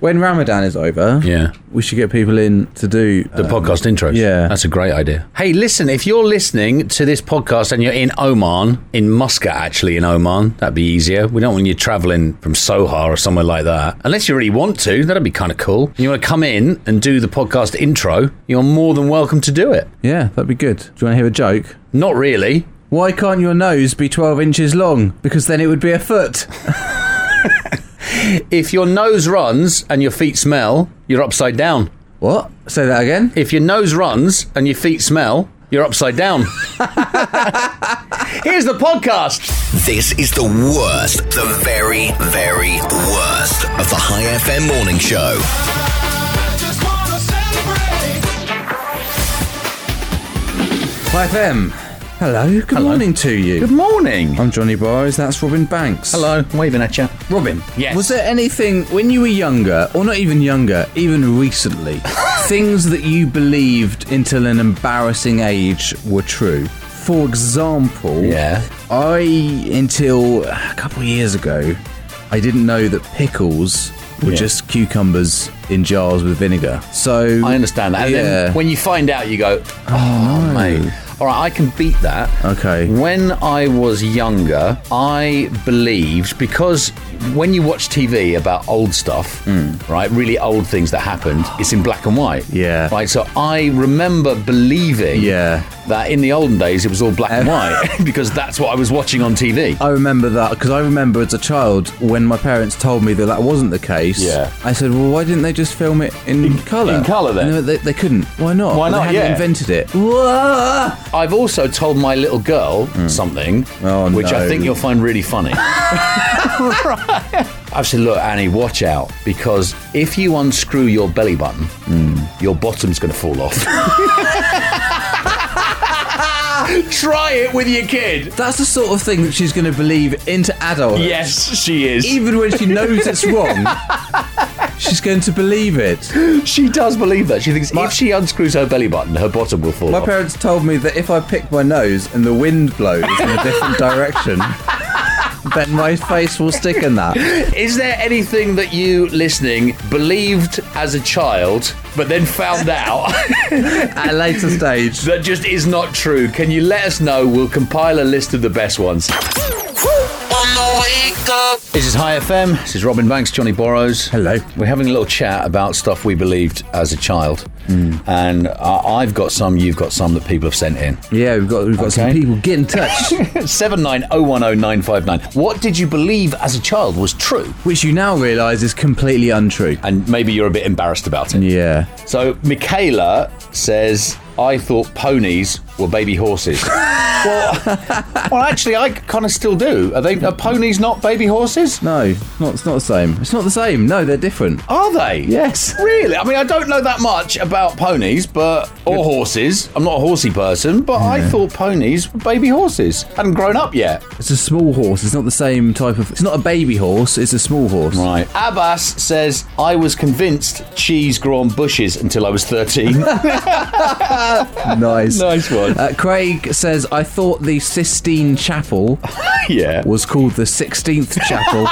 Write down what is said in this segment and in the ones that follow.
When Ramadan is over, Yeah. we should get people in to do The podcast intros. yeah. That's a great idea. Hey, listen, if you're listening to this podcast and you're in Oman, in Muscat, actually, in Oman, that'd be easier. We don't want you traveling from Sohar or somewhere like that. Unless you really want to, that'd be kind of cool. And you want to come in and do the podcast intro, you're more than welcome to do it. Yeah, that'd be good. Do you want to hear a joke? Not really. Why can't your nose be 12 inches long? Because then it would be a foot. If your nose runs and your feet smell, you're upside down. What? Say that again? If your nose runs and your feet smell, you're upside down. Here's the podcast. This is the worst, the very, very worst of the High FM morning show. Hi, FM. Hello. Good morning to you. morning. I'm Johnny Byers. That's Robin Banks. Hello, waving at you. Robin. Yes. Was there anything when you were younger, or not even younger, even recently, things that you believed until an embarrassing age were true? For example, Yeah. I until a couple of years ago, I didn't know that pickles were Yeah. just cucumbers in jars with vinegar. So I understand that. And Yeah. then when you find out, you go, oh, mate. All right, I can beat that. Okay. When I was younger, I believed because when you watch TV about old stuff, Mm. right, really old things that happened, it's in black and white. Yeah. Right. So I remember believing Yeah. that in the olden days it was all black and white because that's what I was watching on TV. I remember that because I remember as a child when my parents told me that that wasn't the case. Yeah. I said, well, why didn't they just film it in, colour? in colour then? And they, were- they, they couldn't. Why not? Why Well, not? They hadn't Yeah. invented it. Whoa! I've also told my little girl something, Hmm. Oh, which I no. think you'll find really funny. I've said, look, Annie, watch out because if you unscrew your belly button, Hmm. your bottom's going to fall off. Try it with your kid. That's the sort of thing that she's going to believe into adulthood. Yes, she is. Even when she knows it's wrong, she's going to believe it. She does believe that. She thinks My- if she unscrews her belly button, her bottom will fall My off. parents told me that if I pick my nose and the wind blows in a different direction, then my face will stick in that. Is there anything that you listening believed as a child, but then found out? At a later stage. that just is not true. Can you let us know? We'll compile a list of the best ones. This is High FM. This is Robin Banks, Johnny Borrows. Hello. We're having a little chat about stuff we believed as a child, Hmm. and uh, I've got some, you've got some that people have sent in. Yeah, we've got we've got some Okay. people get in touch. Seven nine zero one zero nine five nine. What did you believe as a child was true, which you now realise is completely untrue. and maybe you're a bit embarrassed about it? Yeah. So Michaela says, I thought ponies were baby horses. well, well, actually, I kind of still do. Are they are ponies not baby horses? No, it's not, it's not the same. It's not the same. No, they're different. Are they? Yes. Really? I mean, I don't know that much about ponies, but or horses. I'm not a horsey person, but I thought ponies were baby horses. Hadn't grown up yet. It's a small horse. It's not the same type of. It's not a baby horse. It's a small horse. Right. Abbas says, I was convinced cheese grew on bushes until I was 13. Nice. Nice one. Uh, Craig says, I thought the Sistine Chapel yeah. was called the 16th Chapel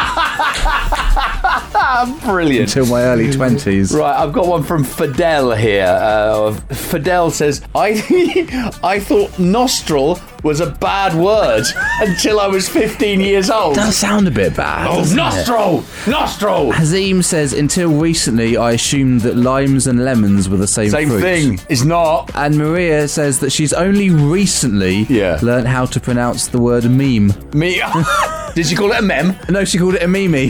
Brilliant. until my early 20s. Right, I've got one from Fidel here. Uh, Fidel says, "I, I thought nostril was a bad word until I was 15 years old." Does sound a bit bad. doesn't it? Oh, nostril, nostril. Hazim says, until recently, I assumed that limes and lemons were the same, Same fruit. thing. It's not. And Maria says that she's only recently Yeah. learned how to pronounce the word meme. Me. Did she call it a mem? No, she called it a meme. A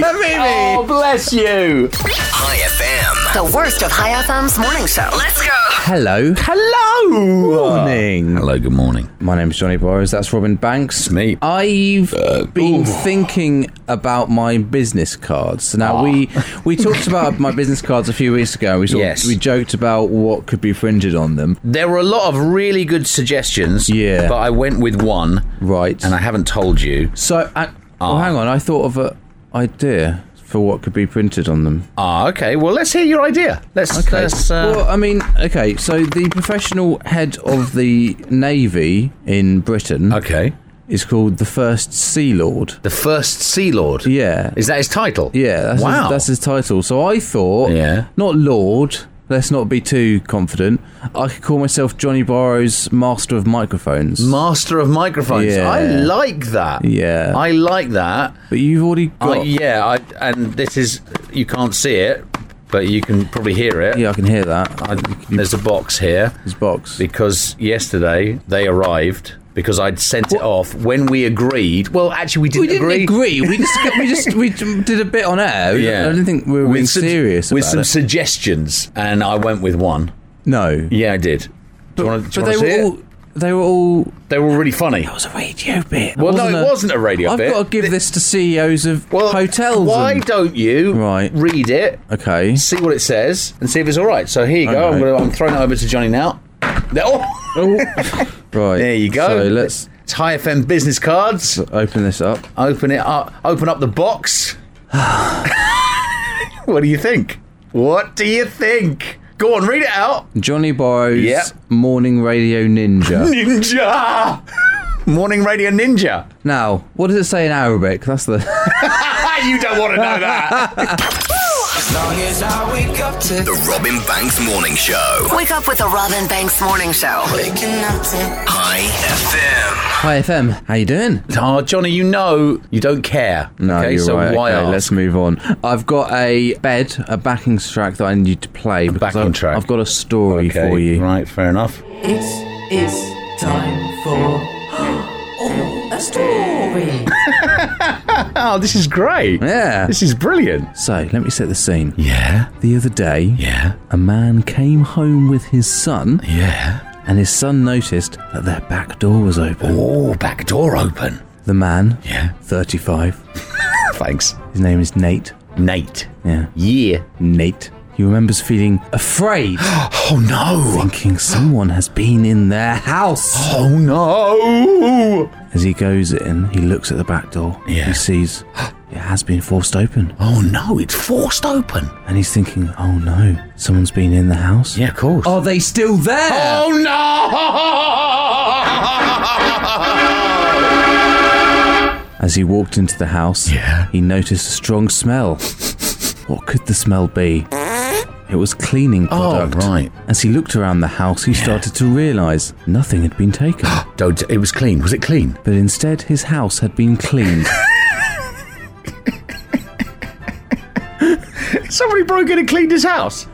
A meme. Oh, bless you. High FM. The worst of High FM's morning show. Let's go. Hello. Hello. Morning. Hello. Good morning. My name's Johnny Borrows. That's Robin Banks. me. I've been thinking about my business cards. Now we we talked about my business cards a few weeks ago. We sort of- Yes. we joked about what could be printed on them. There were a lot of really good suggestions. Yeah. But I went with one, Right. and I haven't told you. so I, oh, hang on. I thought of a idea for what could be printed on them. Ah, okay. Well, let's hear your idea. Let's. Okay. let's uh, well, I mean, okay. So the professional head of the navy in Britain okay. is called The First Sea Lord. The first Sea Lord. Yeah. Is that his title? Yeah, that's, wow. his, that's his title. So I thought, Yeah. not Lord, let's not be too confident. I could call myself Johnny Borrow's Master of Microphones. Master of microphones. Yeah. I like that. Yeah. I like that. but you've already I, got. yeah, I, and this is you can't see it, but you can probably hear it. yeah, I can hear that. I, there's a box here his box. because yesterday they arrived because I'd sent it off when we agreed. Well, actually, we didn't, we didn't agree. agree. We just we just we did a bit on air. Yeah, I don't think we were With being some- serious with about some it. suggestions, and I went with one. No, Yeah, I did. do you want to but they see were it? all they were all. That They were really funny. was a radio bit. Well, no, it wasn't a radio I've bit. got to give this to CEOs of Well, hotels. Why and- don't you Right. read it? okay. see what it says and see if it's all right. So here you go. I'm, Okay. gonna, I'm throwing it over to Johnny now. There- oh, right. there you go. So let's It's High FM business cards. open this up. Open it up. Open up the box. what do you think? What do you think? Go on, read it out. Johnny Borrow's Yep. Morning Radio Ninja. Ninja. Morning Radio Ninja. now, what does it say in Arabic? That's the. you don't want to know that. The Robin Banks Morning Show. Wake up with the Robin Banks Morning Show. High FM. Hi FM, how you doing? oh, Johnny, you know you don't care. No, okay, you're so right. why okay, ask? let's move on. I've got a bed, a backing track that I need to play. because backing I, track. I've got a story okay, for you. Right, fair enough. It's it's time for oh, a story. Oh, this is great. Yeah. This is brilliant. So let me set the scene. Yeah, The other day, yeah, a man came home with his son, yeah. and his son noticed that their back door was open. Oh, back door open. The man, Yeah. 35, Thanks. his name is Nate. Nate. Yeah. Yeah. Nate. He remembers feeling afraid, Oh no. thinking someone has been in their house. Oh no. As he goes in, he looks at the back door. Yeah. He sees it has been forced open. Oh no, it's forced open. And he's thinking, oh no, someone's been in the house. of course. Are they still there? Oh no. As he walked into the house, Yeah. he noticed a strong smell. what could the smell be? It was cleaning Oh, product. right. As he looked around the house, he started to realise nothing had been taken. Don't, it was clean. Was it clean? but instead his house had been cleaned. Somebody broke in and cleaned his house.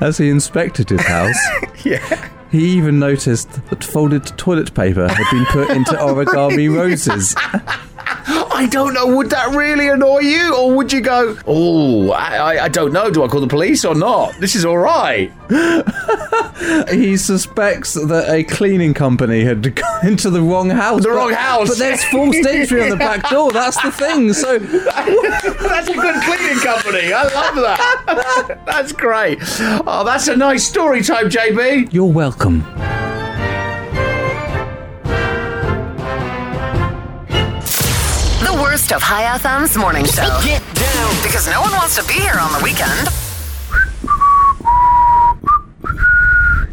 As he inspected his house, Yeah. he even noticed that folded toilet paper had been put into origami roses. I don't know. Would that really annoy you, or would you go? Oh, I, I, I don't know. Do I call the police or not? This is all right. He suspects that a cleaning company had gone into the wrong house. The but- wrong house. But there's forced entry on the back door. That's the thing. So That's a good cleaning company. I love that. That's great. Oh, that's a nice story time, JB. you're welcome. The worst of High FM's Morning Show. Get down. Because no one wants to be here on the weekend.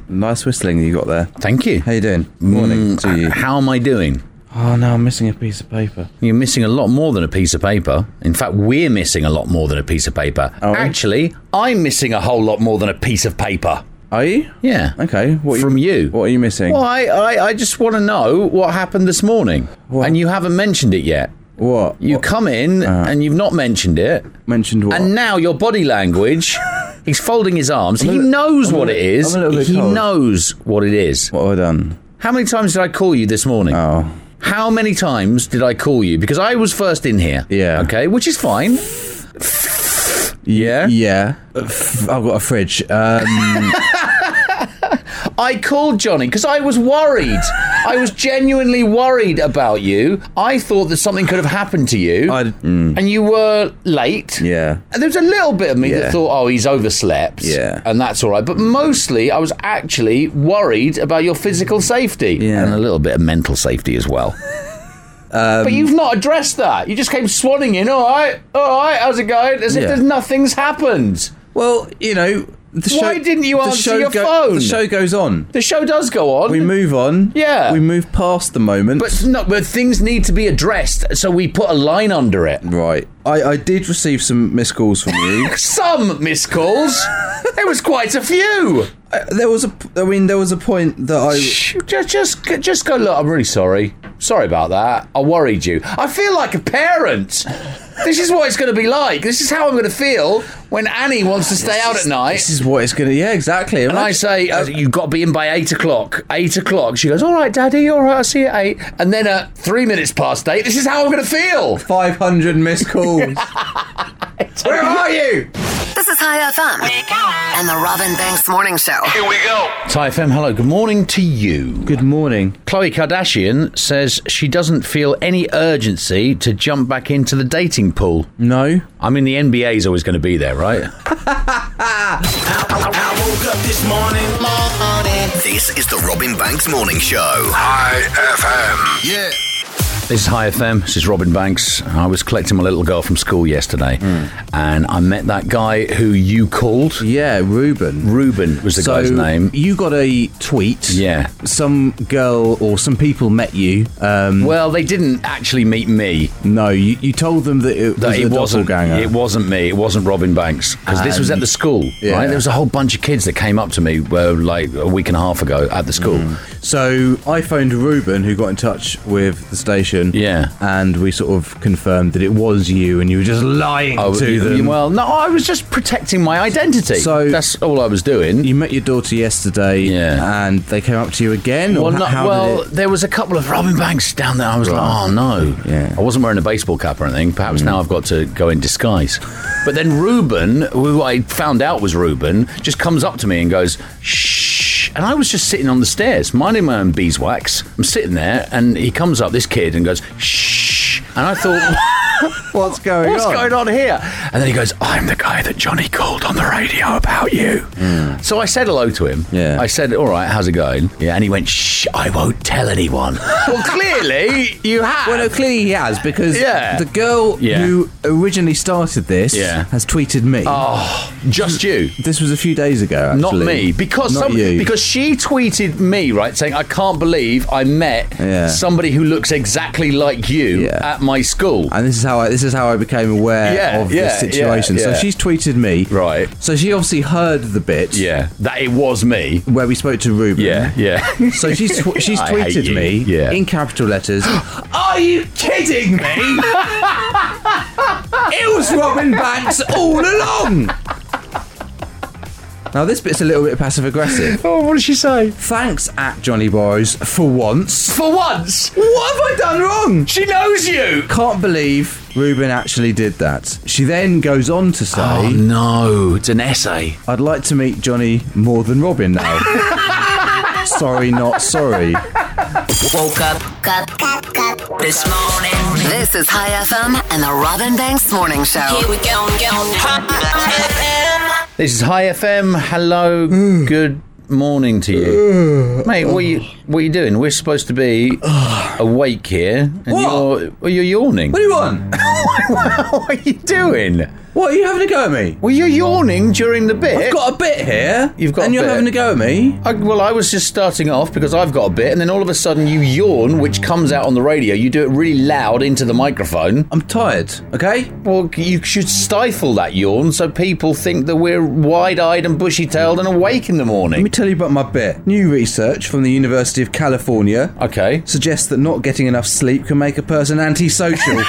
Nice whistling you got there. Thank you. How you doing? Morning Mm, to you. How am I doing? Oh no, I'm missing a piece of paper. You're missing a lot more than a piece of paper. In fact, we're missing a lot more than a piece of paper. Are we? Actually, I'm missing a whole lot more than a piece of paper. Are you? Yeah. Okay. What are From you. What are you missing? Well, I, I, I just want to know what happened this morning. And you haven't mentioned it yet. What? Uh. You come in and you've not mentioned it. mentioned what? And now your body language. He's folding his arms. he knows I'm a what it li- is. I'm a little bit He cold. knows what it is. what have I done? How many times did I call you this morning? Oh. How many times did I call you? Because I was first in here. Yeah. Okay, which is fine. Yeah. Yeah. I've got a fridge. Um, I called Johnny because I was worried. I was genuinely worried about you. I thought that something could have happened to you. I'd- mm. and you were late. yeah. And there was a little bit of me Yeah. that thought, oh, he's overslept. Yeah. And that's all right. But mostly, I was actually worried about your physical safety. Yeah. And a little bit of mental safety as well. but you've not addressed that. You just came swanning in. All right, all right, how's it going? As Yeah. if there's nothing's happened. Well, you know, The Why didn't you the answer show your phone? The show goes on. The show does go on. We move on. Yeah. We move past the moment. But no, but things need to be addressed, so we put a line under it. right. I, I did receive some missed calls from you. Some missed calls. there was quite a few. Uh, there was a. I mean, there was a point that I. Shh, Just, just, just go. Look, I'm really sorry. Sorry about that. I worried you. I feel like a parent. This is what it's going to be like. This is how I'm going to feel when Annie wants to stay out at night. This is what it's gonna. Yeah, exactly. And I say, uh, you've got to be in by eight o'clock. Eight o'clock. She goes, all right, Daddy, all right, I'll see you at eight. And then at three minutes past eight, this is how I'm going to feel. five hundred missed calls. Where are you? This is High FM and the Robin Banks Morning Show. Ty FM, hello. Good morning to you. Good morning. Chloe Kardashian says she doesn't feel any urgency to jump back into the dating pool. No. I mean, the NBA's always going to be there, right? I woke up this morning. This is the Robin Banks Morning Show. High FM. Yeah. This is High FM. This is Robin Banks. I was collecting my little girl from school yesterday, Hmm. and I met that guy who you called. Yeah, Ruben. Ruben was the so guy's name. you got a tweet. Yeah. Some girl or some people met you. Um, Well, they didn't actually meet me. no, you, you told them that it That was it a wasn't. doppelganger. It wasn't me. It wasn't Robin Banks because this was at the school. yeah. Right? There was a whole bunch of kids that came up to me uh, like a week and a half ago at the school. Hmm. So I phoned Ruben, who got in touch with the station. Yeah. and we sort of confirmed that it was you, and you were just lying Oh, to you- them. Well, no, I was just protecting my identity. So- that's all I was doing. you met your daughter yesterday, Yeah. and they came up to you again. or Well, ho- no, how did well, it- there was a couple of Robin Banks down there. I was like, oh no, Yeah. Mm. I wasn't wearing a baseball cap or anything. Perhaps now I've got to go in disguise. but then Ruben, who I found out was Ruben, just comes up to me and goes, shh. And I was just sitting on the stairs, minding my own beeswax. I'm sitting there, and he comes up, this kid, and goes, shh. And I thought. what's going What's on? going on here? And then he goes, I'm the guy that Johnny called on the radio about you. So I said hello to him. Yeah. I said, All right, how's it going? Yeah. And he went, Shh, I won't tell anyone. well, clearly you have. Well, no, clearly he has because Yeah. the girl Yeah. who originally started this Yeah. has tweeted me. oh, just you. This was a few days ago, Not actually. me, because Not some, you. because she tweeted me right saying I can't believe I met Yeah. somebody who looks exactly like you Yeah. at my school. and this is how I, this is how I became aware Yeah, of yeah, this situation. yeah, yeah. So she's tweeted me. Right. So she obviously heard the bit. yeah, that it was me. Where we spoke to Ruben. Yeah, yeah. So she's tw- she's I hate tweeted you. me Yeah. in capital letters. Are you kidding me? it was Robin Banks all along. Now this bit's a little bit passive aggressive. oh, what did she say? Thanks at Johnny Boys for once. For once, What have I done wrong? She knows you. Can't believe Ruben actually did that. She then goes on to say, Oh, no, it's an essay. I'd like to meet Johnny more than Robin now. sorry, not sorry. Woke up, up, up, up this morning. This is High FM and the Robin Banks Morning Show. Here we go, go. High FM. This is High FM. Hello, Mm. good morning to you, mate. What are you what are you doing? We're supposed to be awake here, and you're well, you're yawning. What do you want? what are you doing? What are you having a go at me? Well, you're yawning during the bit. I've got a bit here. You've got and a you're bit. having a go at me. I, well, I was just starting off because I've got a bit, and then all of a sudden you yawn, which comes out on the radio. You do it really loud into the microphone. I'm tired. Okay. Well, you should stifle that yawn so people think that we're wide eyed and bushy tailed and awake in the Let me morning. tell you about my bit. New research from the University of California Okay. suggests that not getting enough sleep can make a person antisocial.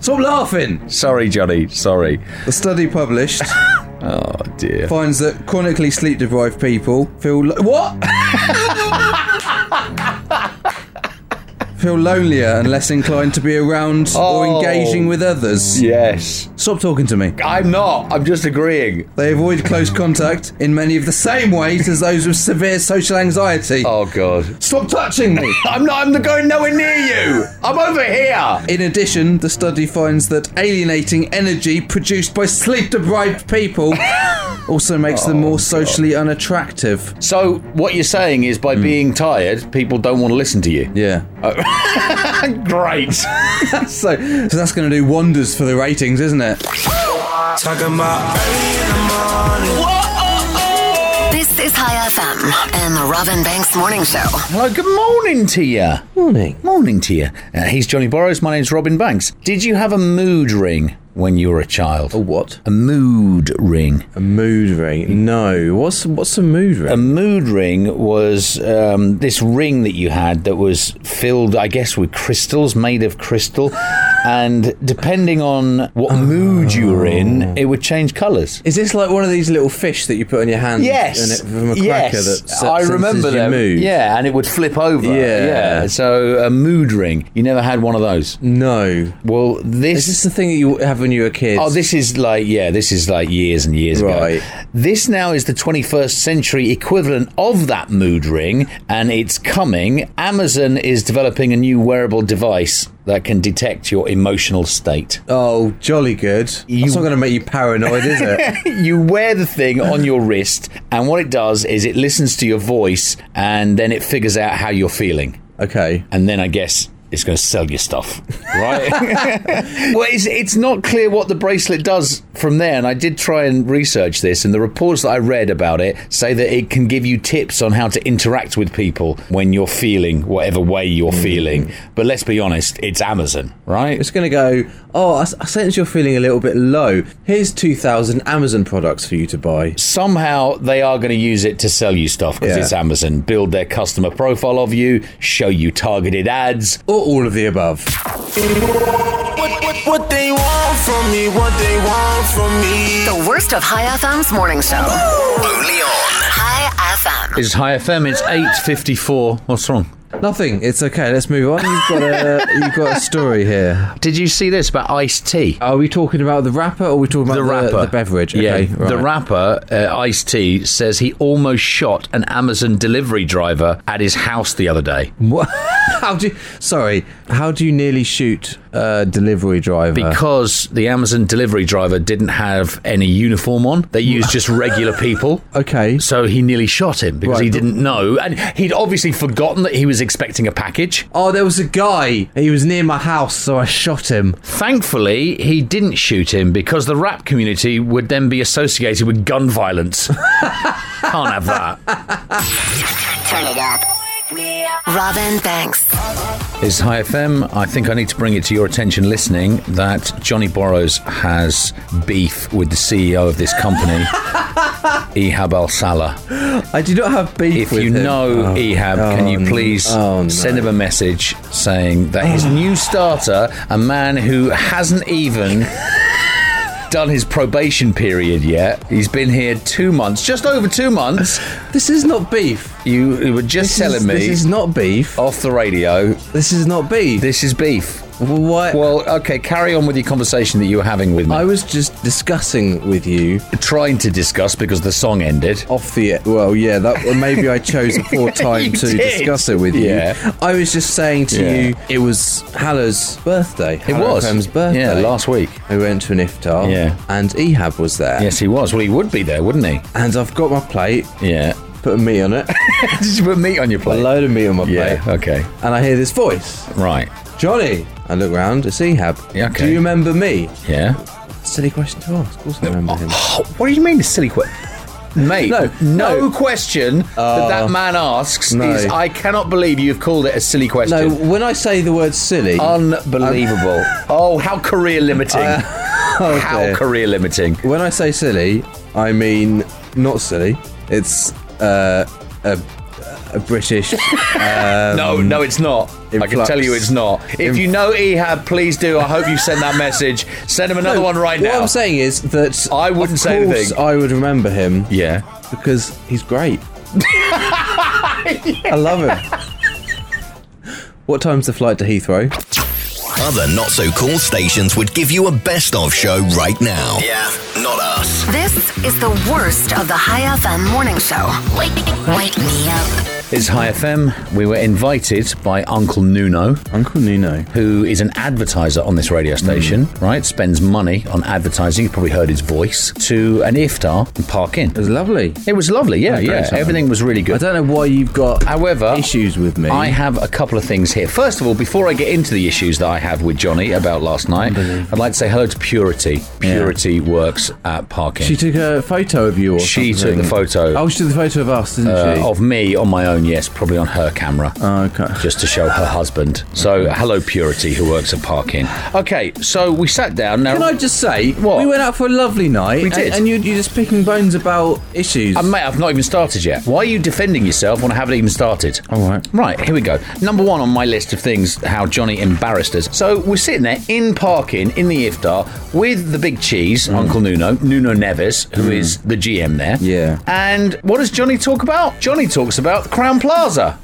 Stop laughing. Sorry, Johnny. Sorry. The study published Oh, dear. finds that chronically sleep deprived people feel lo- what feel lonelier and less inclined to be around or Oh. engaging with others. Yes. Stop talking to me. I'm not. I'm just agreeing. They avoid close contact in many of the same ways as those with severe social anxiety. Oh, God. Stop touching me. I'm not. I'm not going nowhere near you. I'm over here. In addition, the study finds that alienating energy produced by sleep deprived people also makes them more socially unattractive. So, what you're saying is by being tired, people don't want to listen to you. Yeah. Great. So, so that's going to do wonders for the ratings, isn't it? Talking about early in the morning. This is High FM and the Robin Banks Morning Show. Hello, good morning to you. Morning. Morning to you. Uh, he's Johnny Borrows. My name's Robin Banks. Did you have a mood ring when you were a child? A what? A mood ring. A mood ring? No. What's what's a mood A ring? mood ring was um, this ring that you had that was filled, I guess, with crystals, made of crystal. and depending on what mood you were Oh. in, it would change colours. Is this like one of these little fish that you put on your hand? Yes. And it, from a cracker yes. that se- I senses remember your them. mood? Yeah, and it would flip over. Yeah. yeah. So a mood ring. You never had one of those. No. Well, Is this the thing that you have when you were a kid? Oh, this is like yeah, this is like years and years Right. ago. This now is the 21st century equivalent of that mood ring, and it's coming. Amazon is developing a new wearable device that can detect your emotional state. Oh, jolly good. It's not going to make you paranoid, is it? you wear the thing on your wrist, and what it does is it listens to your voice, and then it figures out how you're feeling, Okay. and then I guess. It's going to sell you stuff, right? well, it's, it's not clear what the bracelet does from there, and I did try and research this, and the reports that I read about it say that it can give you tips on how to interact with people when you're feeling whatever way you're feeling. But let's be honest, it's Amazon, right? It's going to go, oh, I, s- I sense you're feeling a little bit low. Here's 2,000 Amazon products for you to buy. Somehow they are going to use it to sell you stuff because Yeah. it's Amazon. Build their customer profile of you, show you targeted ads, Or all of the above. What, what, what they want from me, what they want from me. The worst of High FM's Morning Show. Only on High FM. It's High FM. It's eight fifty four. What's wrong? Nothing. It's okay. Let's move on. You've got a, you've got a story here. Did you see this about iced tea? Are we talking about the rapper or are we talking about the, the beverage? yeah. Okay, The right. rapper uh, Ice T says he almost shot an Amazon delivery driver at his house the other day What? How do you, sorry, how do you nearly shoot a delivery driver? because the Amazon delivery driver didn't have any uniform on. They used just regular people. okay. So he nearly shot him because Right, he but- didn't know, and he'd obviously forgotten that he was expecting a package. Oh, there was a guy. He was near my house, so I shot him. Thankfully, he didn't shoot him because the rap community would then be associated with gun violence. Can't have that. Robin Banks. It's High FM. I think I need to bring it to your attention, listening, that Johnny Borrows has beef with the CEO of this company, Ehab Al Salah. I do not have beef If with you him. know Oh, Ehab, oh, can you please oh, no. Oh. send him a message saying that his new starter, a man who hasn't even. Done his probation period yet. He's been here two months, just over two months. This is not beef. You, you were This just telling is, me this is not beef. off the radio This is not beef. this is beef. Well, why? Well, okay, carry on with your conversation that you were having with me. I was just discussing with you trying to discuss because the song ended. off the. Well, yeah, that well, maybe I chose a poor You time to did. discuss it with Yeah. you. I was just saying to Yeah. you, it was Hallow's birthday. It was. Hem's birthday. Yeah, last week. We went to an iftar. Yeah. And Ehab was there. Yes, he was. Well, he would be there, wouldn't he? And I've got my plate, Yeah. put a meat on it, Did you put meat on your a plate? load of meat on my yeah. plate, Okay. and I hear this voice. Right. Johnny! I look round, it's Ehab. Yeah, okay. Do you remember me? Yeah. Silly question to ask. Of course I remember him. Oh, what do you mean, a silly question? Mate, No, no, Ah, no. question that that man asks no. is I cannot believe you've called it a silly No, question. when I say the word silly, Oh, Unbelievable. oh, how career limiting. oh how dear. career limiting. when I say silly, I mean not silly. It's uh, a, a British. No, Um, no, it's not. I can influx. tell you it's not. If Inf- you know Ehab, please do. I hope you send that message. Send him another one right What now. I'm saying is that I wouldn't of say anything. course I would remember him yeah. because he's great. I love him. What time's the flight to Heathrow? other not so cool stations would give you a best of show right now. Yeah, not us. This is the worst of the High FM morning show. Wake, wake me up. It's High FM. We were invited by Uncle Nuno, Uncle Nuno. who is an advertiser on this radio station, Hmm. right? Spends money on advertising. You've probably heard his voice to an iftar and park in. It was lovely. It was lovely. Yeah, That's great, yeah. Simon. Everything was really I good. don't know why you've got However, issues with me. I have a couple of things here. First of all, before I get into the issues that I have with Johnny about last night, I'd like to say hello to Purity. Purity works at Parking. she took a photo of you or She took something. the photo. Oh, she took the photo of us, didn't uh, she? of me on my own, yes, probably on her camera. Oh, okay. just to show her husband. So, hello, Purity, who works at Park Inn. Okay, so we sat down. Now, Can I just say, What? we went out for a lovely night, We and- did. and, you, you're just picking bones about issues. Uh, mate, I've not even started yet. Why are you defending yourself when I haven't even started? All right. Right, here we go. Number one on my list of things how Johnny embarrassed us. So we're sitting there in parking in the iftar with the big cheese, Mm. Uncle Nuno, Nuno Neves, who is the GM there. Yeah. And what does Johnny talk about? Johnny talks about Crown Plaza.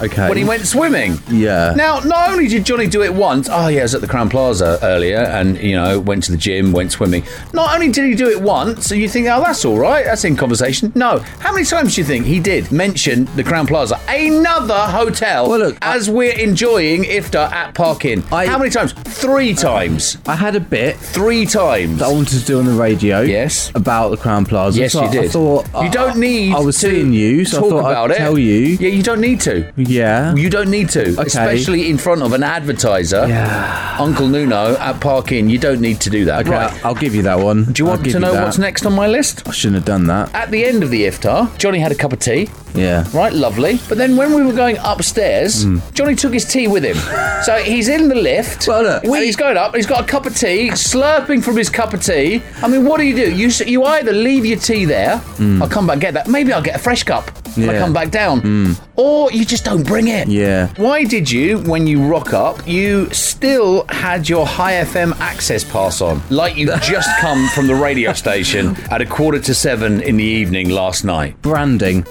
okay. when he went swimming. Yeah. Now, not only did Johnny do it once, oh yeah, I was at the Crown Plaza earlier, and you know, went to the gym, went swimming. Not only did he do it once, so you think, oh, that's all right, that's in conversation. No, how many times do you think he did mention the Crown Plaza, another hotel? Well, look, I- as we're enjoying iftar at Parkin, I- how many times? Three times. I had a bit Three times. that I wanted to do on the radio. Yes. About the Crown Plaza. Yes, So you I- did. I thought I- you don't need. I was to seeing you, so I talk thought about I'd it. tell you. Yeah, you don't need to. Yeah. You don't need to, especially in front of an advertiser, Yeah. Uncle Nuno at Park Inn. You don't need to do that. okay, Right. I'll give you that one. Do you want to know what's next on my list? I shouldn't have done that. At the end of the iftar, Johnny had a cup of tea. Yeah. Right, lovely. But then when we were going upstairs, Hmm. Johnny took his tea with him. so he's in the lift. Well, look, and we- he's going up. He's got a cup of tea, slurping from his cup of tea. I mean, what do you do? You s- you either leave your tea there. I'll come back and get that. Maybe I'll get a fresh cup when I Hmm. Yeah. Hmm. come back down. Or you just don't bring it. Yeah. Why did you, when you rock up, you still had your High FM access pass on, like you just come from the radio station at a quarter to seven in the evening last night? Branding.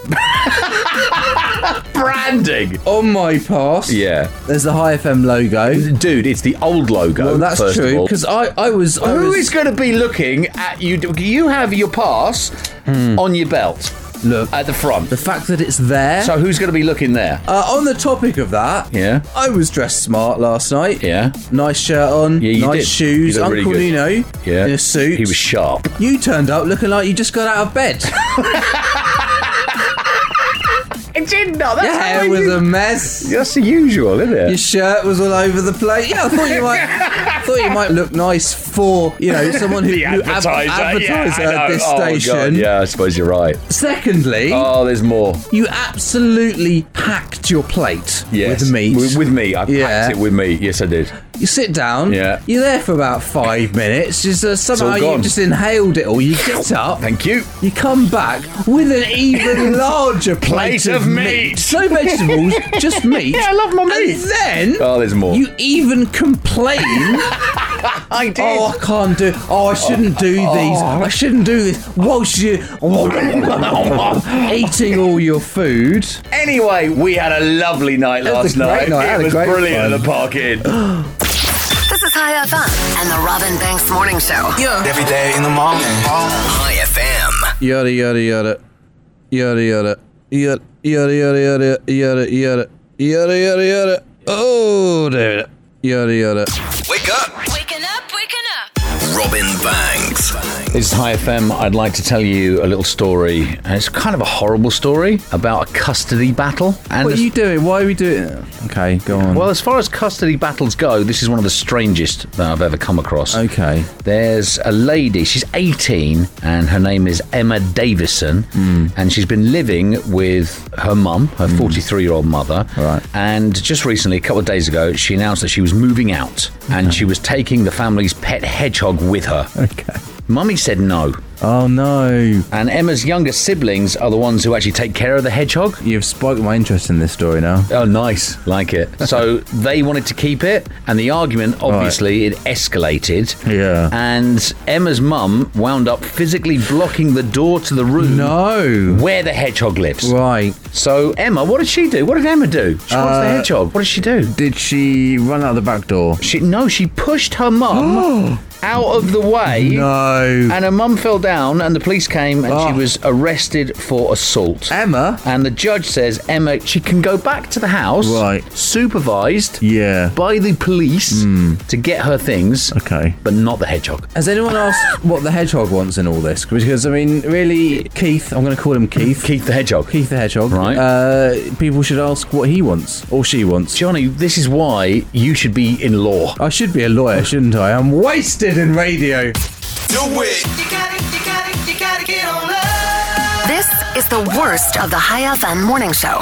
Branding. on my pass. Yeah. There's the High FM logo. Dude, it's the old logo. Well, that's first true Because because I, I was. I who was, is going to be looking at you? You have your pass on your belt. Hmm. Look. at the front. the fact that it's there? So who's going to be looking there? Uh, on the topic of that, Yeah. I was dressed smart last night. Yeah. nice shirt on, Yeah, you nice did. shoes. You look Uncle really good. Nuno Yeah, in a suit. He was sharp. you turned up looking like you just got out of bed. It did not. That's yeah, it was a mess. That's the usual, isn't it? Your shirt was all over the place. Yeah, I thought you might, I thought you might look nice for you know someone who, the who ad- advertiser advertiser, yeah, I at know. this Oh, God, station. Yeah, I suppose you're right. Secondly, Oh, there's more. you absolutely packed your plate Yes. with meat. With, with meat. I Yeah. packed it with meat. Yes, I did. You sit down. Yeah. You're there for about five minutes. Just uh, somehow gone. you just inhaled it all. You get up. Thank you. You come back with an even larger plate, Plate of meat. No vegetables, just meat. Yeah, I love my meat. And then Oh, there's more. you even complain. I did. oh, I can't do. Oh, I shouldn't do these. I shouldn't do this. Whilst you eating all your food. Anyway, we had a lovely night That was last a great night. night. I had It a was great brilliant fun. at the park inn. This is High FM and the Robin Banks Morning Show. Every day in the morning. High FM. Yada yada yada, yada yada yada yada yada yada yada yada yada yada yada. Oh, there it. Yada yada. Wake up. Waking up, waking up. Robin Banks. This is High FM. I'd like to tell you a little story, and it's kind of a horrible story about a custody battle. And What are as- you doing? Why are we doing? it? Okay, go on. well, as far as custody battles go, this is one of the strangest that I've ever come across. okay. There's a lady, she's 18, and her name is Emma Davison, Hmm. and she's been living with her mum, her 43 year old mother. Right. And just recently, a couple of days ago, she announced that she was moving out and she was taking the family's pet hedgehog with her. Okay. Mummy said no. Oh no! And Emma's younger siblings are the ones who actually take care of the hedgehog. You've spiked my interest in this story now. Oh, nice. Like it. So they wanted to keep it, and the argument obviously it escalated. Yeah. And Emma's mum wound up physically blocking the door to the room No. where the hedgehog lives. Right. So Emma, what did she do? What did Emma do? She wants the hedgehog. What did she do? Did she run out the back door? She no, she pushed her mum out of the way. No. And her mum fell down, and the police came, and Oh. she was arrested for assault. Emma? And the judge says Emma, she can go back to the house, Right. Supervised Yeah. Hmm. by the police to get her things, Okay. but not the hedgehog. Has anyone asked what the hedgehog wants in all this? Because, I mean, really, Keith, I'm going to call him Keith. Keith the hedgehog. Keith the hedgehog. Right. Uh, people should ask what he wants or she wants. Johnny, this is why you should be in law. I should be a lawyer, shouldn't I? I'm wasted in radio. Do it. This is the worst of the High FM morning show.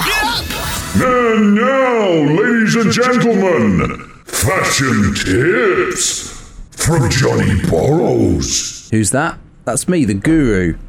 And now, ladies and gentlemen, fashion tips from Johnny Borrows. Who's that? That's me, the guru.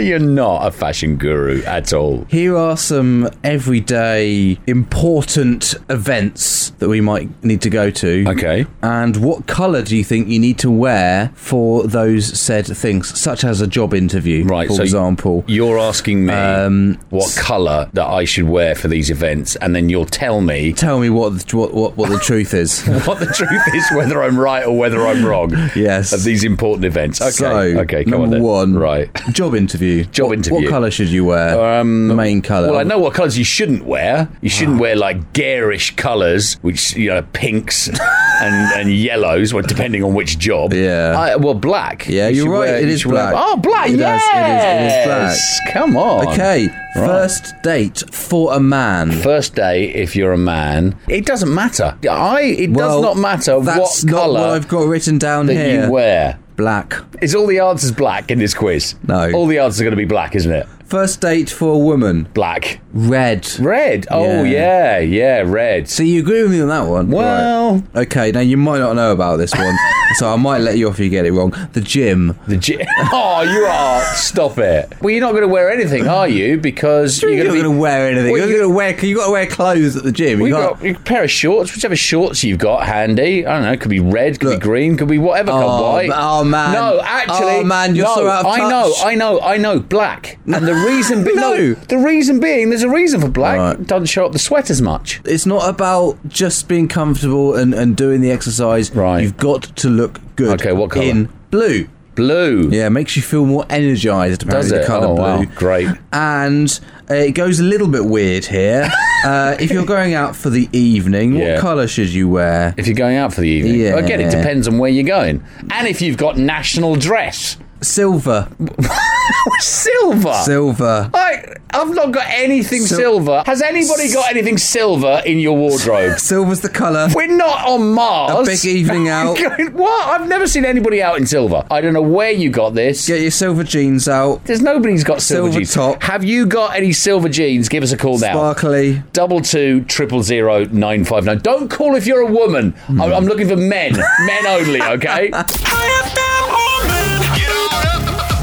You're not a fashion guru at all. Here are some everyday important events that we might need to go to. Okay. And what colour do you think you need to wear for those said things, such as a job interview, Right, for so example? You're asking me Um, what colour that I should wear for these events, and then you'll tell me Tell me what the, what, what, what the truth is. what the truth is, whether I'm right or whether I'm wrong. Yes. Of these important events. Okay. So, okay. Come number on then. one, Right. job interview. Job What- interview. What colour should you wear? Um, the main colour. Well, I know what colours you shouldn't wear. You shouldn't Ah. wear like garish colours, which you know, pinks and, and yellows. Well, depending on which job. Yeah. I, well, black. Yeah, You you're should right, wear- it you is should wear- black. oh, black. It does, it is- it is black. yes. Come on. Okay, Right. first date for a man. First day, if you're a man, it doesn't matter. I. It Well, does not matter what That's not colour what I've got written down that here. you wear. Black. Is all the answers black in this quiz? No. All the answers are going to be black, isn't it? First date for a woman. Black. Red. Red. Oh, yeah. Yeah, red. So you agree with me on that one? Well- Right. okay. Now you might not know about this one, so I might let you off if you get it wrong. The gym. The gy- oh, you are. Stop it. Well, you're not going to wear anything, are you? Because you're, You're not going to going to wear anything. Well, You're you- going to wear. You got to wear clothes at the gym. You We've can't- got a pair of shorts, whichever shorts you've got handy. I don't know, could be red, could Look. be green, could be whatever Oh, colour white. oh, man. No, actually. Oh, man, you're no, so out of I know, touch. I know, I know. Black. And the reason be- no. No. the reason being there's a reason for black. Right. It doesn't show up the sweat as much. It's not about just being comfortable and, and doing the exercise. Right. You've got to look good. Okay, what colour? In blue. Blue. Yeah, makes you feel more energized. Apparently, Does the it? colour Oh, blue. wow. Great. And uh, it goes a little bit weird here. uh, if you're going out for the evening, Yeah. what colour should you wear? If you're going out for the evening. Yeah. Again, it depends on where you're going. And if you've got national dress. Silver. Silver. Silver. I, I've not got anything Sil- silver. Has anybody got anything silver in your wardrobe? Silver's the colour. We're not on Mars. A big evening out. what? I've never seen anybody out in silver. I don't know where you got this. Get your silver jeans out. There's nobody's got silver, Silver jeans. top. Have you got any silver jeans? Give us a call now. Sparkly. Double two triple zero nine five nine. Don't call if you're a woman. I- I'm looking for men. men only. Okay.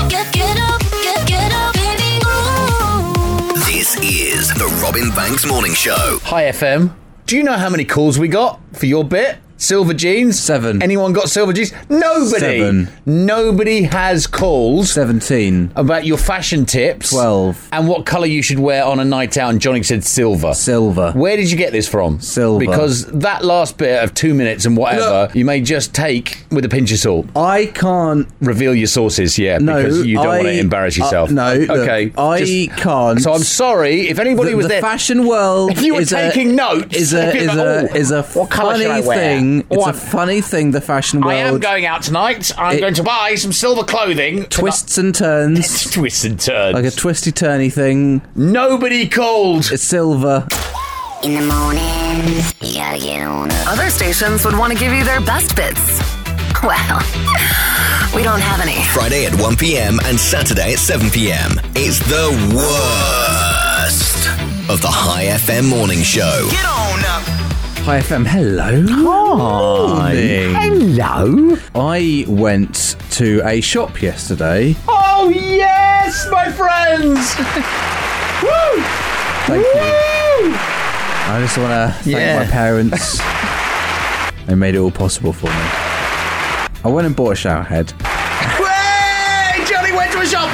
Get, get up, get, get up in the groove. This is the Robin Banks Morning Show. Hi FM. Do you know how many calls we got for your bit? Silver jeans? Seven. Anyone got silver jeans? Nobody. Seven. Nobody has calls 17. about your fashion tips. Twelve. And what colour you should wear on a night out. And Johnny said silver. Silver. Where did you get this from? Silver. Because that last bit of two minutes and whatever, you may just take with a pinch of salt. I can't. Reveal your sources, yeah, No, because you don't want I- to embarrass uh, yourself. no, look, okay. I can't- So I'm sorry if anybody The, was the there. fashion world If you were is taking a, notes, is a if you're is like, a "Oh, is a what colour should I funny wear? thing. It's What- a funny thing. The fashion world I am going out tonight. I'm It- going to buy some silver clothing. twists and turns, tonight. twists and turns. like a twisty turny thing. Nobody called. It's silver. In the morning, you gotta get on up. Other stations would want to give you their best bits. Well, we don't have any. Friday at 1 p.m. and Saturday at 7 p.m. It's the worst of the High FM Morning Show. Get on up. Hi FM. Hello. Hi. Hello. I went to a shop yesterday. Oh yes, my friends. Woo! Thank you. Woo! I just want to thank Yeah. my parents. they made it all possible for me. I went and bought a shower head. Way! Johnny went to a shop and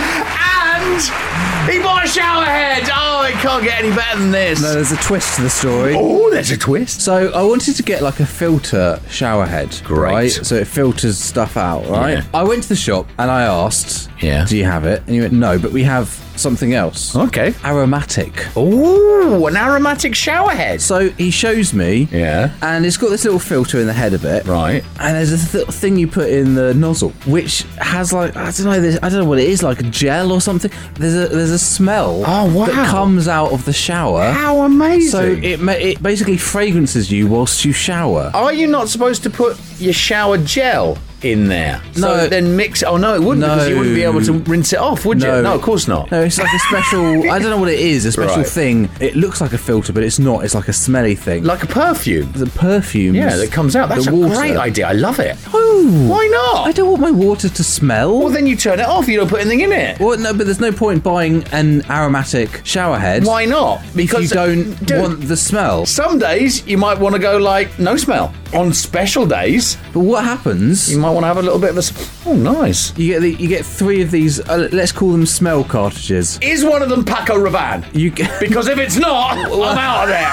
hand! He bought a shower head! Oh, it can't get any better than this. No, there's a twist to the story. Oh, there's a twist. So I wanted to get like a filter shower head. Great. Right? So it filters stuff out, right? Yeah. I went to the shop and I asked, Yeah. Do you have it? And you went, No, but we have something else. Okay. Aromatic. Ooh, an aromatic shower head. So he shows me. Yeah. And it's got this little filter in the head of it. Right. And there's this little thing you put in the nozzle, which has like I don't know this I don't know what it is like a gel or something. There's a there's a smell Oh, wow. that comes out of the shower. How amazing. So it ma- it basically fragrances you whilst you shower. Are you not supposed to put your shower gel in there? No. So then mix. Oh no, it wouldn't No. because you wouldn't be able to rinse it off, would you? No, of course not. No, it's like a special. I don't know what it is. A special Right. thing. It looks like a filter, but it's not. It's like a smelly thing. Like a perfume. the perfumes. Yeah, that comes out. That's the a water. great idea. I love it. Ooh. Why not? I don't want my water to smell. Well, then you turn it off. You don't put anything in it. Well, no, but there's no point buying an aromatic shower head. Why not? Because you don't dude, want the smell. Some days you might want to go like no smell. On special days, But what happens? you might want to have a little bit of a. s- Oh, nice. You get the, you get three of these. Uh, let's call them smell cartridges. Is one of them Paco Rabanne? You get. Because if it's not, I'm out of there.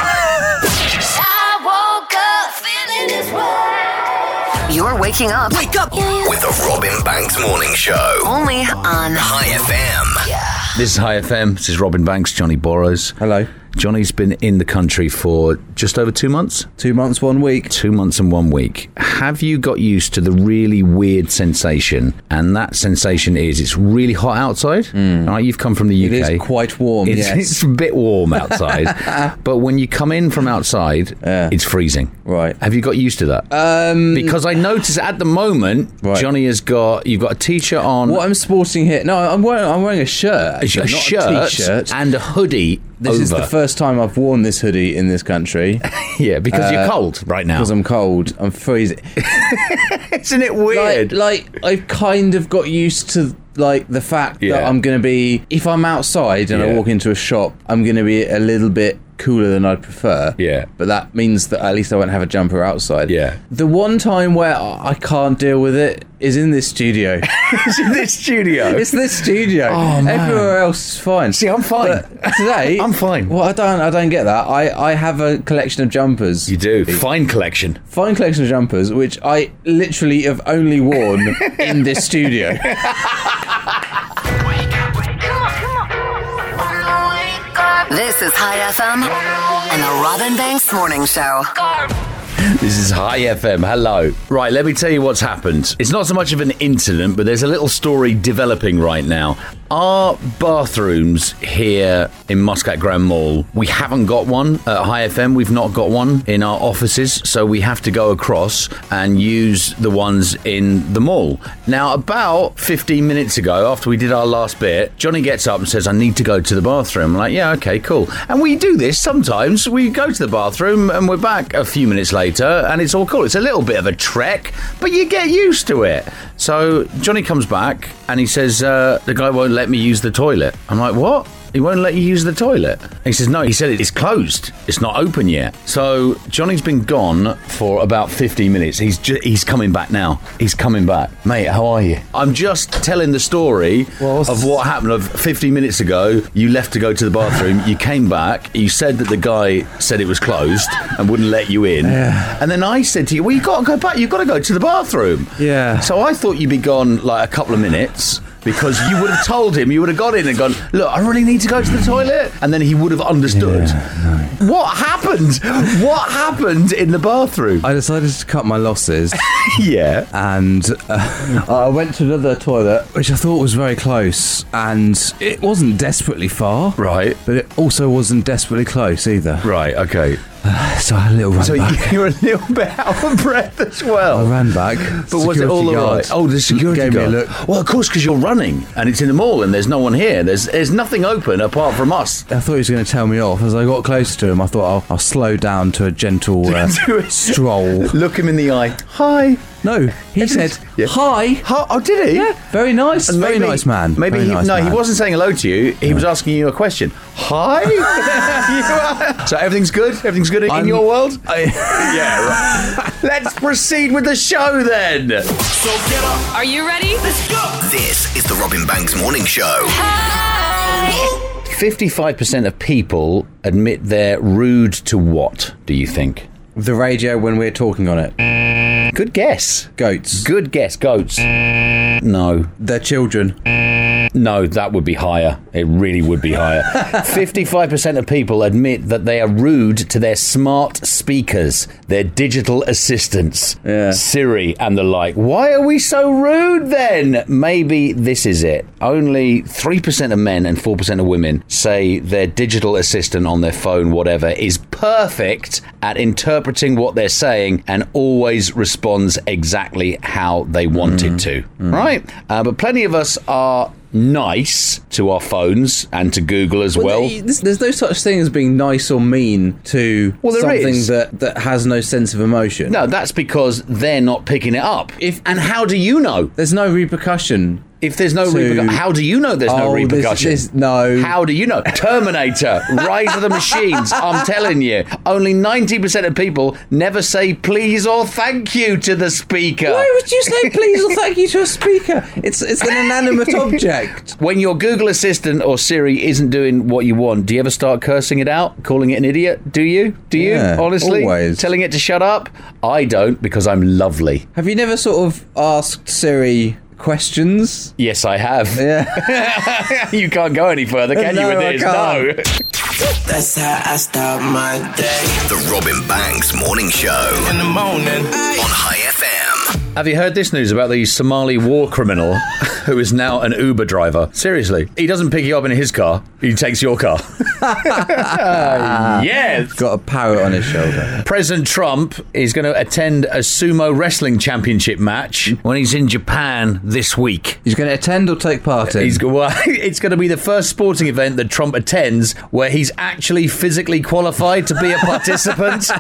I woke up feeling this way. You're waking up Wake up! With the Robin Banks Morning Show. only on High FM. This is High FM. This is Robin Banks, Johnny Borrows. Hello. Johnny's been in the country for just over two months. Two months, one week. Two months and one week. Have you got used to the really weird sensation? And that sensation is it's really hot outside. All right, you've come from the UK. Hmm. It is quite warm. It's, yes. it's a bit warm outside, but when you come in from outside, it's freezing. Right. Have you got used to that? Um, because I notice at the moment, Right. Johnny has got you've got a t-shirt on, What I'm sporting here? No, I'm wearing I'm wearing a shirt. a, actually, a not shirt, a t-shirt. and a hoodie. This is over. the first time I've worn this hoodie in this country yeah, because you're cold right now. uh, because I'm cold. I'm freezing. Isn't it Like, weird? like I've kind of got used to like the fact that Yeah. I'm going to be if I'm outside and I Yeah. walk into a shop, I'm going to be a little bit cooler than I'd prefer. Yeah. But that means that at least I won't have a jumper outside. Yeah. The one time where I I can't deal with it is in this studio. It's in this studio. It's this studio. Oh, man. Everywhere else is fine. See, I'm fine. But today, I'm fine. Well, I don't. I don't get that. I, I have a collection of jumpers. you do fine collection. Fine collection of jumpers, which I literally have only worn in this studio. Wake up, this is High FM and the Robin Banks Morning Show. This is High FM. Hello. Right, let me tell you what's happened. It's not so much of an incident, but there's a little story developing right now. Our bathrooms here in Muscat Grand Mall, we haven't got one at High FM. We've not got one in our offices, so we have to go across and use the ones in the mall. Now, about 15 minutes ago, after we did our last bit, Johnny gets up and says, I need to go to the bathroom. I'm like, yeah, okay, cool. And we do this sometimes. We go to the bathroom and we're back a few minutes later and it's all cool. It's a little bit of a trek, but you get used to it. So Johnny comes back and he says, uh, The guy won't let me use the toilet. I'm like, What? He won't let you use the toilet. And he says, No, he said it's closed. It's not open yet. So Johnny's been gone for about 15 minutes. He's ju- he's coming back now. He's coming back. Mate, how are you? I'm just telling the story of what happened of 15 minutes ago. You left to go to the bathroom. you came back. You said that the guy said it was closed and wouldn't let you in. And then I said to you, Well, you've got to go back. You've got to go to the bathroom. Yeah. So I thought you'd be gone like a couple of minutes because you would have told him, you would have got in and gone, Look, I really need to go to the toilet. And then he would have understood. What happened? What happened in the bathroom? I decided to cut my losses, yeah. and uh, I went to another toilet, which I thought was very close, and it wasn't desperately far, Right. But it also wasn't desperately close either. Right, okay. So I had a little run So back. you're a little bit out of breath as well. I ran back. But was it all alright? Oh, the security gave guard. me a look. Well, of course, because you're running and it's in the mall and there's no one here. There's there's nothing open apart from us. I thought he was going to tell me off. As I got closer to him, I thought "Oh, I'll, I'll slow down to a gentle uh, To a- stroll. Look him in the eye. Hi. No, he said Yeah. hi. Hi. Oh, did he? Yeah, very nice. And very maybe- nice man. Maybe Very he, nice no, man. he wasn't saying hello to you. He was asking you a question. Hi. You are- so everything's good. Everything's good in I'm- your world. I- yeah. Right. Let's proceed with the show then. Are you ready? This is the Robin Robin Banks Morning Show. 55% of people admit they're rude to what, do you think? The radio when we're talking on it. Good guess. Goats. Good guess. Goats. No. Their children. No, that would be higher. It really would be higher. 55% of people admit that they are rude to their smart speakers, their digital assistants, Siri, and the like. Why are we so rude then? Maybe this is it. Only 3% of men and 4% of women say their digital assistant on their phone, whatever, is perfect at interpreting what they're saying and always responds exactly how they want it to. Right? Uh, but plenty of us are nice to our phones and to Google as well. There's there's no such thing as being nice or mean to Well, there something is. that that has no sense of emotion. No, that's because they're not picking it up. If- and how do you know? There's no repercussion. If there's no To- repercussion, how do you know there's Oh, no this- repercussion? this- no. How do you know? Terminator, Rise of the Machines. I'm telling you, only 90% of people never say please or thank you to the speaker. Why would you say please or thank you to a speaker? It's it's an inanimate object. When your Google Assistant or Siri isn't doing what you want, do you ever start cursing it out, calling it an idiot? Do you? Do you? Yeah, honestly, always. telling it to shut up? I don't because I'm lovely. Have you never sort of asked Siri questions? Yes, I have. Yeah. you can't go any further, can No, you? I With this, can't. no. That's how I start my day The Robin Banks Morning Show in the morning. on High FM. Have you heard this news about the Somali war criminal who is now an Uber driver? Seriously, he doesn't pick you up in his car; he takes your car. yes. Got a parrot on his shoulder. President Trump is going to attend a sumo wrestling championship match when he's in Japan this week. He's going to attend or take part in. He's go- well, it's going to be the first sporting event that Trump attends where he's actually physically qualified to be a participant.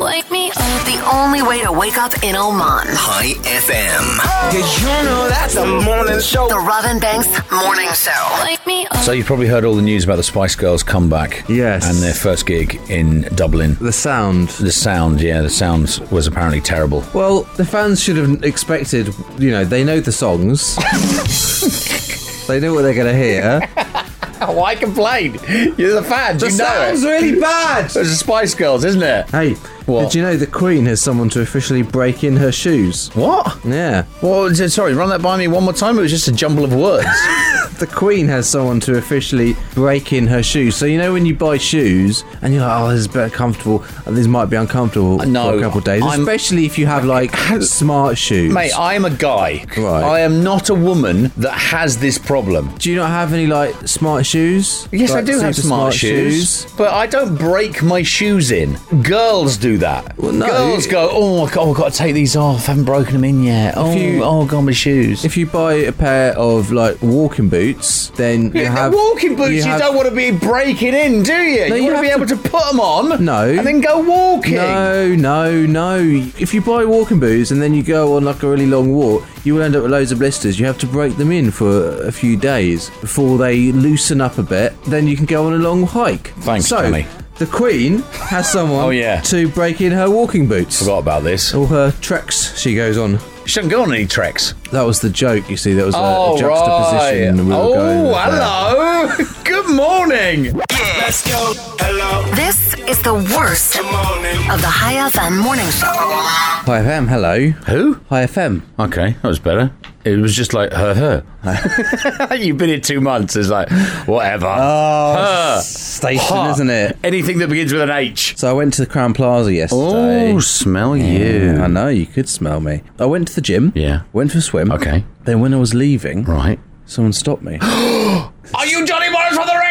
Wake me up. The only way to wake up in Oman. High FM. Cause you know that's a morning show. The Robin Banks Morning Show. Wake me up. So you've probably heard all the news about the Spice Girls comeback. Yes. And their first gig in Dublin. the sound. The sound, yeah, the sound was apparently terrible. Well, the fans should have expected, you know, they know the songs. they know what they're going to hear. Why complain? Oh, You're the fans, The sound's really bad! It's the Spice Girls, isn't it? Hey, What? did you know the Queen has someone to officially break in her shoes? What? Yeah. Well, s- sorry, run that by me one more time. It was just a jumble of words. The Queen has someone to officially break in her shoes. So, you know, when you buy shoes and you're like, oh, this is better comfortable, these might be uncomfortable No, for a couple of days. I'm- Especially if you have, like, smart shoes. Mate, I am a guy. Right. I am not a woman that has this problem. Do you not have any, like, smart shoes? Yes, Like, I do have super smart, shoes, but I don't break my shoes in. Girls do that. no. Girls go, oh, I've got, I've got to take these off. I haven't broken them in yet. Oh, you- oh, God, my shoes. If you buy a pair of like walking boots, then you Yeah, have walking boots, you, have- don't want to be breaking in, do you? No, you, you want to be have able to- to put them on No. and then go walking. No, no, no. If you buy walking boots and then you go on like a really long walk, you will end up with loads of blisters. You have to break them in for a few days before they loosen up a bit. Then you can go on a long hike. Thanks, so, Tommy. The Queen has someone Oh, yeah. to break in her walking boots. Forgot about this. All her treks she goes on. She shouldn't go on any treks. That was the joke, you see. That was a, a oh, juxtaposition. right. we were going oh, with there. hello. Good morning. Let's go. Hello. This is the worst Good morning. of the High FM Morning Show. Hi FM, hello. Who? Hi FM. Okay, that was better. It was just like, her, her. You've been here two months. It's like, whatever. Oh, Her. station, Her. isn't it? Anything that begins with an H. So I went to the Crown Plaza yesterday. Oh, smell Yeah, I you. know you could smell me. I went to the gym. Yeah. Went for a swim. Okay. Then when I was leaving, Right. someone stopped me. Are you Johnny Morris from the radio?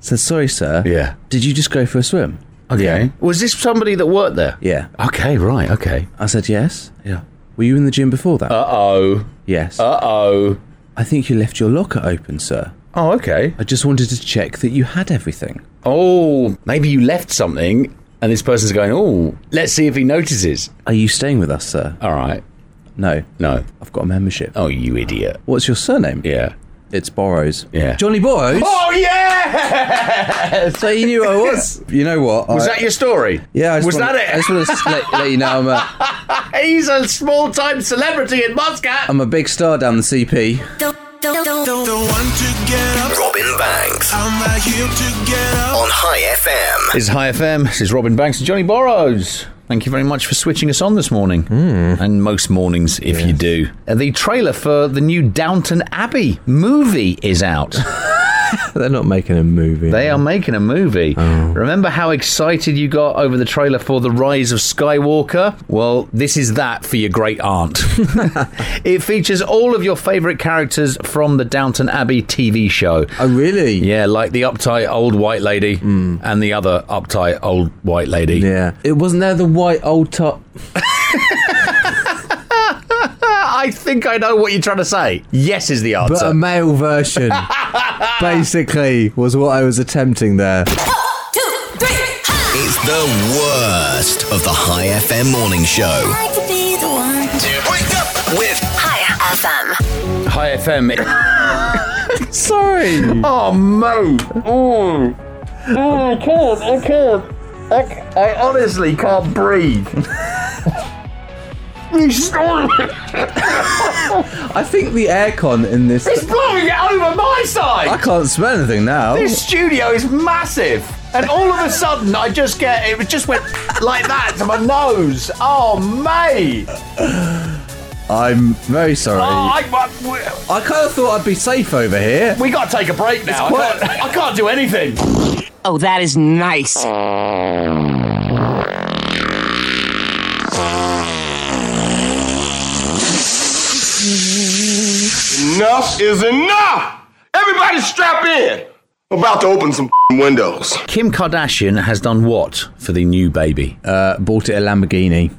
Said, "Sorry, sir. Yeah. Did you just go for a swim?" Okay. Was this somebody that worked there? Yeah. Okay, right, okay. I said, "Yes." Yeah. Were you in the gym before that? Uh oh. yes. Uh oh. I think you left your locker open, sir. Oh, okay. I just wanted to check that you had everything. Oh, maybe you left something and this person's going, oh, let's see if he notices. Are you staying with us, sir? All right. No. No. I've got a membership. Oh, you idiot. What's your surname? Yeah. It's Borrows. Yeah. Johnny Borrows? Oh yeah! So you knew I was. You know what? Was I- that your story? Yeah, I just was wanna- that it? I just want to let, let you know I'm a, He's a small-time celebrity in Moscow. I'm a big star down the CP. The one to get up, Robin Banks I'm right here to get up. on High FM. This is High FM. This is Robin Banks and Johnny Borrows. Thank you very much for switching us on this morning, and most mornings if you do. Uh, The trailer for the new Downton Abbey movie is out. They're not making a movie. They are making a movie. Oh. Remember how excited you got over the trailer for The Rise of Skywalker? Well, this is that for your great aunt. it features all of your favourite characters from the Downton Abbey TV show. Oh, really? Yeah, like the uptight old white lady and the other uptight old white lady. Hmm. Yeah. It wasn't there the white old top. I think I know what you're trying to say. Yes is the answer. But um, a male version, basically, was what I was attempting there. It's the worst of the High FM morning show. like to be the one. Wake up with Higher FM. Hi FM. Sorry. oh Mo. I think the aircon in this. It's blowing it over my side. I can't smell anything now. This studio is massive. And all of a sudden, I just get it just went like that to my nose. Oh, mate. I'm very sorry. Oh, I, I kind of thought I'd be safe over here. we got to take a break now. I quite- can't, I can't do anything. Oh, that is nice. Enough is enough! Everybody strap in! I'm about to open some windows. Kim Kardashian has done what for the new baby? Uh, bought it a Lamborghini.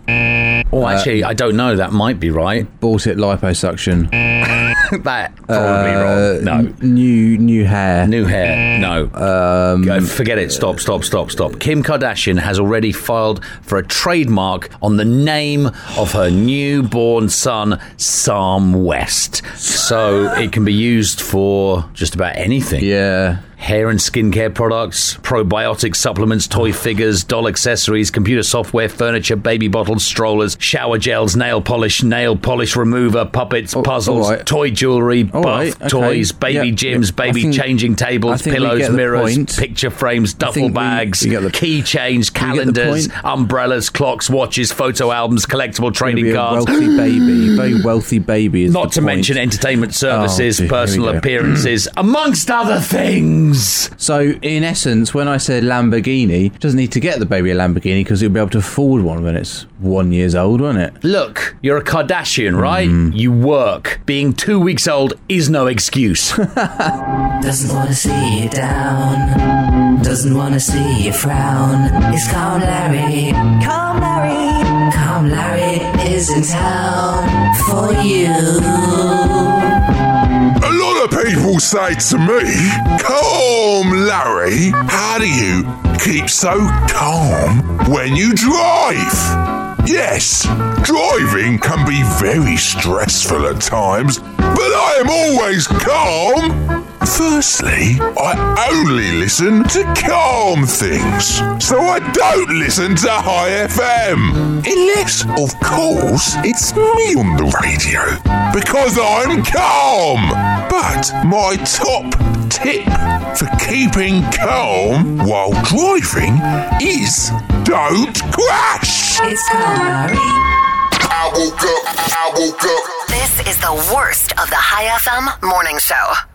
oh, actually, I don't know. That might be right. Bought it liposuction. that probably wrong. No. New new hair. Mm. New hair. No. Um, Forget it. Stop, stop, stop, stop. Kim Kardashian has already filed for a trademark on the name of her newborn son, Sam West. So it can be used for just about anything yeah. hair and skincare products, probiotic supplements, toy figures, doll accessories, computer software, furniture, baby bottles, strollers, shower gels, nail polish, nail polish remover, puppets, puzzles, Oh, all right. toy jewelry, All buff, right, okay. toys, baby Yeah, gyms, yeah. I baby think- changing I tables, think we pillows, get the mirrors, point. picture frames, duffel think we- bags, we get the- keychains, get the calendars, point. umbrellas, clocks, watches, photo albums, collectible Gonna trading be a cards. wealthy baby. Very wealthy baby. Is the Not to point. mention entertainment services, dear, here we personal go. appearances, amongst other things. So, in essence, when I said Lamborghini, doesn't need to get the baby a Lamborghini because it'll be able to afford one when it's one years old, won't it? Look, you're a Kardashian, right? You work. Being two weeks old is no excuse. Doesn't wanna see you down. Doesn't wanna see you frown. It's Calm Larry. Calm Larry. Calm Larry is in town for you. A lot of people say to me, Calm, Larry, how do you keep so calm when you drive? Yes, driving can be very stressful at times, but I am always calm. Firstly, I only listen to calm things, so I don't listen to High FM. Unless, of course, it's me on the radio, because I'm calm. But my top tip for keeping calm while driving is don't crash. It's Calm Larry. I woke up, I woke up. This is the worst of the High FM morning show.